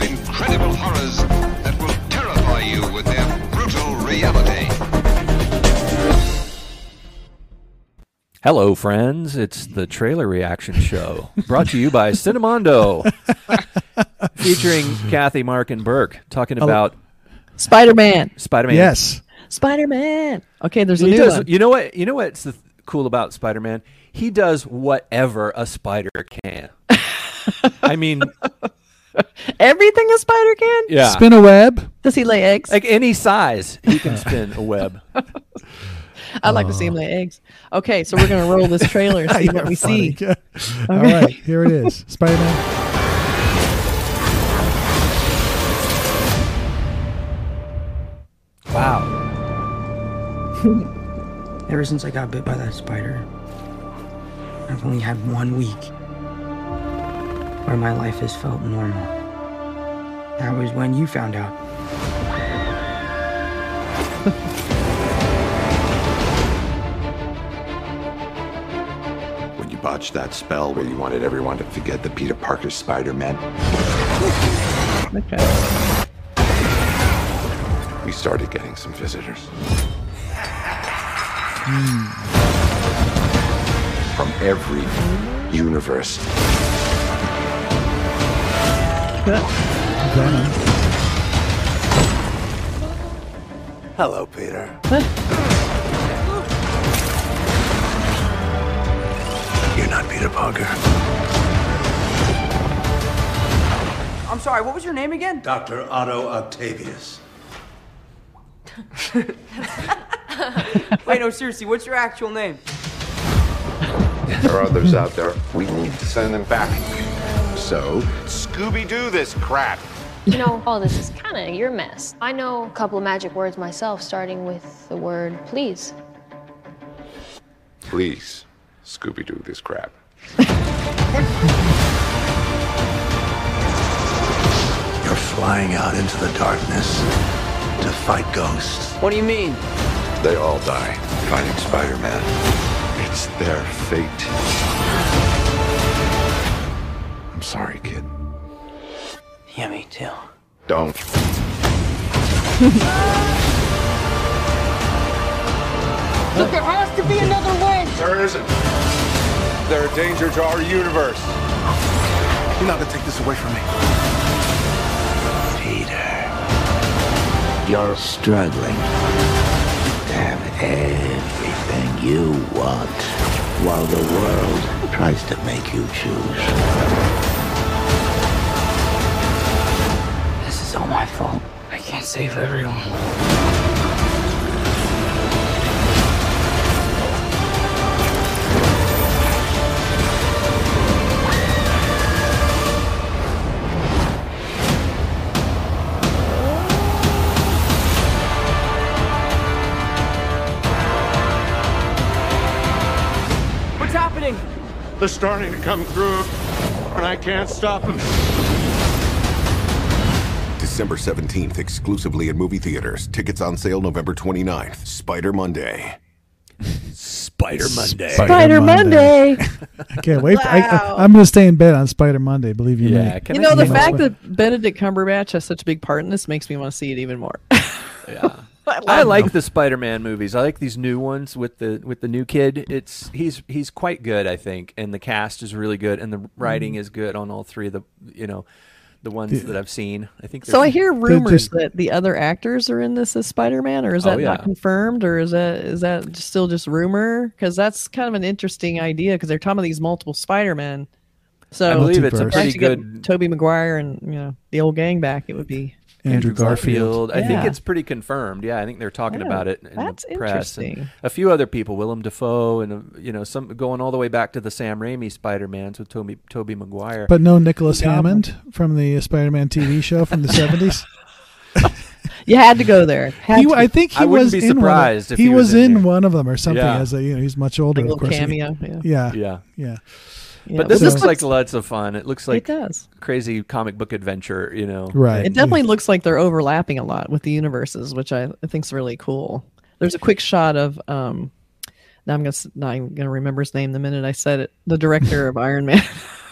incredible horrors that will terrify you with their brutal reality. Hello, friends. It's the trailer reaction show brought to you by Cinemondo, featuring Kathy, Mark, and Burke talking about Spider Man. Spider-Man. Yes. Spider Man. Okay, there's a he new does. one. You know what? You know what's the th- cool about Spider-Man? He does whatever a spider can. I mean, Everything a spider can. yeah, Spin a web. Does he lay eggs? like any size, he can spin a web. I'd like to see him lay eggs. Okay, so we're gonna roll this trailer. See what we see. Funny. All right, here it is. Spider Man. Wow. Ever since I got bit by that spider, I've only had one week where my life has felt normal. That was when you found out. When you botched that spell where you wanted everyone to forget the Peter Parker Spider Man, Okay. we started getting some visitors. From every universe. Venom. Hello, Peter. You're not Peter Parker. I'm sorry, what was your name again? Dr. Otto Octavius. Wait, no, seriously, what's your actual name? There are others out there. We need to send them back. So, Scooby Doo this crap. You know, all this is kind of your mess. I know a couple of magic words myself, starting with the word please. Please, Scooby Doo this crap. You're flying out into the darkness to fight ghosts. What do you mean? They all die fighting Spider Man. It's their fate. I'm sorry, kid. Yeah, me too. Don't. There has to be another way. There isn't. They're a danger to our universe. You're not gonna take this away from me. Peter. You're struggling to have everything you want while the world tries to make you choose. This is all my fault. I can't save everyone. What's happening? They're starting to come through, and I can't stop them. December 17th, exclusively at movie theaters. Tickets on sale November 29th. Spider Monday. Spider Monday. Spider Monday. I can't wait. Wow. I, I, am going to stay in bed on Spider Monday, believe you yeah. me. Can you I know the get- fact that Benedict Cumberbatch has such a big part in this makes me want to see it even more. Yeah. I I love like the Spider-Man movies. I like these new ones with the with the new kid. It's he's he's quite good, I think, and the cast is really good, and the Mm-hmm. writing is good on all three of the you know the ones that I've seen. I think. So I there's- hear rumors just- that the other actors are in this as Spider-Man, or is Oh, that yeah. not confirmed, or is that is that still just rumor? Because that's kind of an interesting idea because they're talking about these multiple Spider-Men. So I believe it's a Multiverse. trying pretty to get good Tobey Maguire and you know the old gang back. It would be Andrew Garfield. I think Yeah. it's pretty confirmed. Yeah, I think they're talking Yeah, about it in that's the press. and interesting. A few other people, Willem Dafoe, and uh, you know, some going all the way back to the Sam Raimi Spider-Mans with Toby Toby Maguire. But no Nicholas Hammond from the Spider Man TV show from the 70s. you had to go there. Had He, to. I think he I wouldn't was be in surprised if one of, he, he was was in in there. one of them or something. Yeah. As a, you know, he's much older, Like a of little course. cameo. Yeah. Yeah, yeah, yeah, yeah. Yeah, but this So- looks like lots of fun. It looks it like does. crazy comic book adventure. You know, Right. It definitely looks like they're overlapping a lot with the universes, which I, I think's really cool. There's a quick shot of um, now I'm gonna s- now I'm gonna remember his name the minute I said it. The director of Iron Man.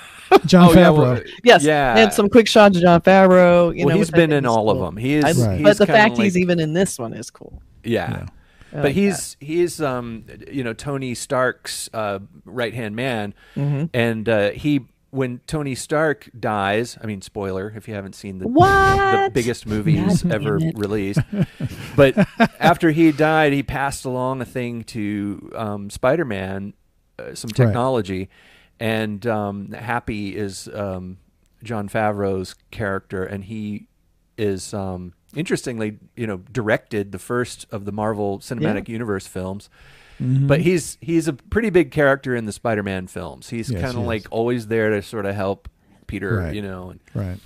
John Oh, Favreau. yeah, well, Yes, Yeah. and some quick shots of John Favreau. You well, know, he's with that been in famous all of little- them. He is, I- he's but the kinda fact he's like- even in this one is cool. Yeah. I But like he's he's um you know Tony Stark's uh, right hand man, and uh, he when Tony Stark dies, I mean spoiler if you haven't seen the the What? biggest movies God ever damn it. released, but after he died, he passed along a thing to um, Spider Man, uh, some technology, and um, Happy is um, John Favreau's character, and he is um, interestingly, you know, directed the first of the Marvel Cinematic Universe films. Mm-hmm. But he's he's a pretty big character in the Spider-Man films. He's Yes, kind of yes. like always there to sort of help Peter, Right. you know. And, Right.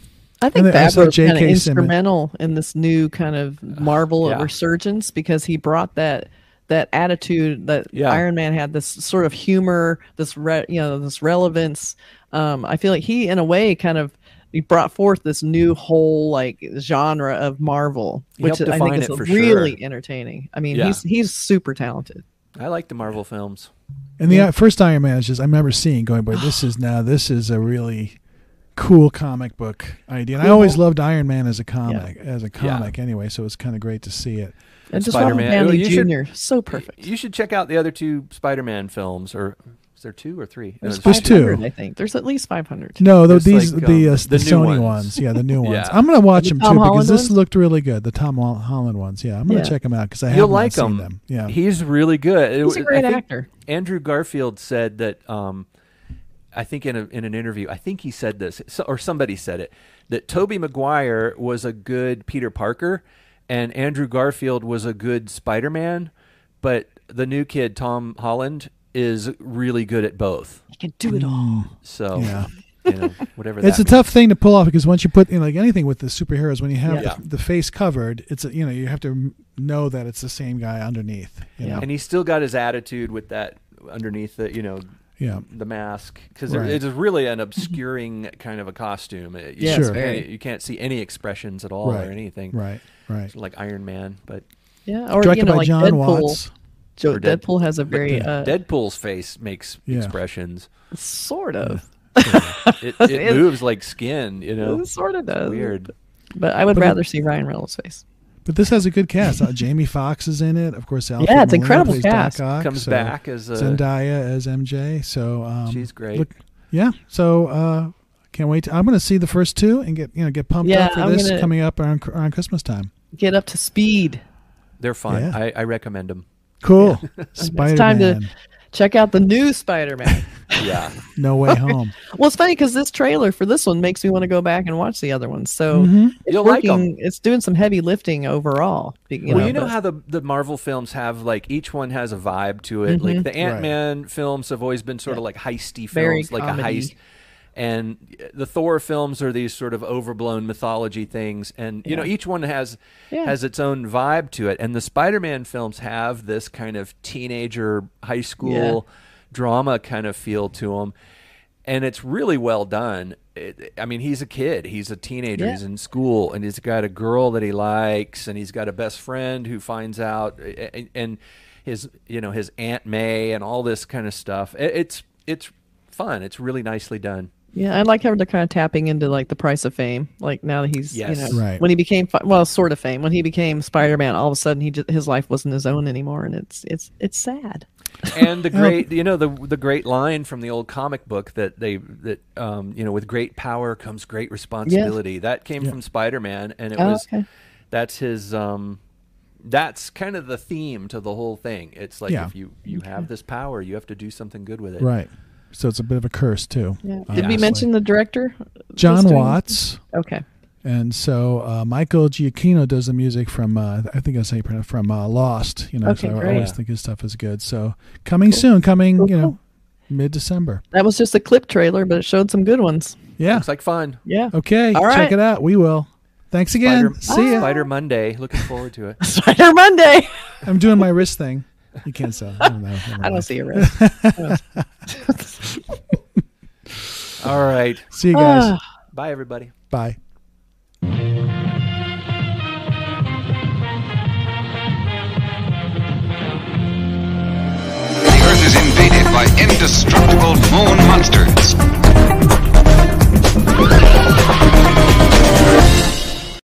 I think And then also Favreau's kind of J.K. Simmons. instrumental in this new kind of Marvel yeah. resurgence because he brought that that attitude that Yeah. Iron Man had, this sort of humor, this re- you know this relevance. Um, I feel like he, in a way, kind of he brought forth this new whole like genre of Marvel, He which helped I think define is it for really sure. entertaining. I mean, Yeah. he's he's super talented. I like the Marvel films. And the uh, first Iron Man is just I remember seeing going, but this is now this is a really cool comic book idea. And I always loved Iron Man as a comic, as a comic anyway. So it's kind of great to see it. And just Robert Spider-Man. Oh, Downey you should- Jr. so perfect. You should check out the other two Spider-Man films, or is there two or three? No, There's there's two. 500, I think there's at least 500. No, though It's these like, the, um, uh, the the new Sony ones. ones. yeah, the new ones. Yeah. I'm gonna watch The them Tom too Holland because this ones? looked really good. The Tom Hol- Holland ones. Yeah, I'm gonna Yeah. check them out because I You'll have like not him. seen them. Yeah, he's really good. It He's a was- great I think actor. Andrew Garfield said that. Um, I think in a, in an interview, I think he said this, so, or somebody said it, that Toby Maguire was a good Peter Parker, and Andrew Garfield was a good Spider Man, but the new kid Tom Holland is really good at both. He can do it all. So, Yeah. you know, whatever. Mm. it's that a tough thing to pull off because once you put you know, like anything with the superheroes, when you have Yeah. the, the face covered, it's a, you know you have to m- know that it's the same guy underneath. You Yeah. know? and he's still got his attitude with that underneath the you know yeah. the mask because Right. it is really an obscuring kind of a costume. It- you, Yeah, it's Sure. very. you can't see any expressions at all Right. or anything. Right. Right. It's like Iron Man, but Yeah, or Directed you know, by like John Deadpool. Watts. Jo- Or Dead- Deadpool has a very Dead- uh, Deadpool's face makes Yeah. expressions. sort of, It, it It- moves like skin, you know. it sort of does. Weird. but I would But it- rather see Ryan Reynolds' face. But this has a good cast. Uh, Jamie Foxx is in it, of course. Alfred Yeah, it's Molina incredible plays Doc cast. Ock, Comes so back as a Zendaya as MJ. So um, She's great. yeah, so uh, can't wait. To, I'm going to see the first two and get you know get pumped Yeah, up for I'm this gonna- coming up around, around Christmas time. Get up to speed. They're fun. Yeah. I, I recommend them. Cool. Spider It's time to Man. check out the new Spider-Man. Yeah. No way home. well, it's funny because this trailer for this one makes me want to go back and watch the other ones. So Mm-hmm. it's You'll like working. 'em. It's doing some heavy lifting overall. You well, you know but- how the the Marvel films have like each one has a vibe to it. Like the Ant Man films have always been sort of like heisty films, Mm-hmm. Very like a comedy. heist. And the Thor films are these sort of overblown mythology things, and you know each one has Yeah. has its own vibe to it. And the Spider Man films have this kind of teenager high school drama kind of feel to them, and it's really well done. It, I mean, he's a kid, he's a teenager, Yeah. he's in school, and he's got a girl that he likes, and he's got a best friend who finds out, and, and his you know his aunt May, and all this kind of stuff. It, it's it's fun. It's really nicely done. Yeah, I like how they're kind of tapping into like the price of fame. Like now that he's, Yes. you know, Right. when he became fi- well, sort of fame. When he became Spider Man, all of a sudden he just, his life wasn't his own anymore, and it's it's it's sad. and Oh. the great you know the the great line from the old comic book that they that um you know with great power comes great responsibility that came from spider-man and it Oh, was okay. that's his um that's kind of the theme to the whole thing it's like Yeah. if you you have this power you have to do something good with it right. So it's a bit of a curse too. Did we obviously. mention the director? Oh, John Who's doing- Watts? Okay. And so uh, Michael Giacchino does the music from uh, I think I say pronounce from uh, Lost. You know, Okay, so I great. always think his stuff is good. So coming soon, coming Cool, you know, cool. mid December. That was just a clip trailer, but it showed some good ones. Yeah. looks like fun Yeah. Okay. All Check right. it out. We will. Thanks again. spider, See ya. spider monday looking forward to it Spider Monday. I'm doing my wrist thing. You can't sell. I don't know. Never I don't mind. see a risk. all right See you guys. Ah. bye everybody Bye. The Earth is invaded by indestructible bone monsters.